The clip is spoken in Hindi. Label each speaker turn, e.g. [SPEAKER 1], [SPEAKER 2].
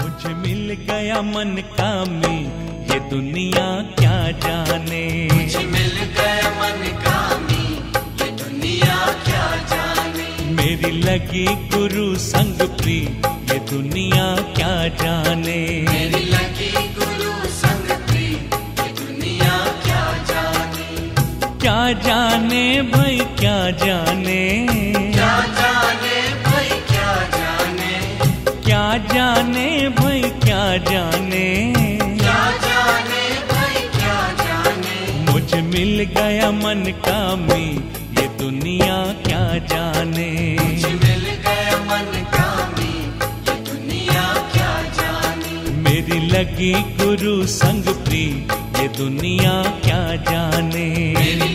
[SPEAKER 1] तुझे मिल गया मन का मैं ये दुनिया क्या जाने
[SPEAKER 2] मुझे मिल गया मन कामी ये दुनिया क्या जाने
[SPEAKER 1] मेरी लगी गुरु संग प्री ये दुनिया क्या जाने
[SPEAKER 2] मेरी लगी गुरु संग प्री ये दुनिया क्या जाने
[SPEAKER 1] क्या जाने भाई क्या जाने
[SPEAKER 2] क्या जाने भाई क्या जाने
[SPEAKER 1] क्या जाने भाई क्या जाने
[SPEAKER 2] क्या जाने भाई क्या जाने
[SPEAKER 1] मुझे मिल गया मन का मैं ये दुनिया क्या जाने
[SPEAKER 2] मुझे मिल गया मन कामी ये दुनिया क्या जाने
[SPEAKER 1] मेरी लगी गुरु संग प्री ये दुनिया क्या जाने
[SPEAKER 2] मेरी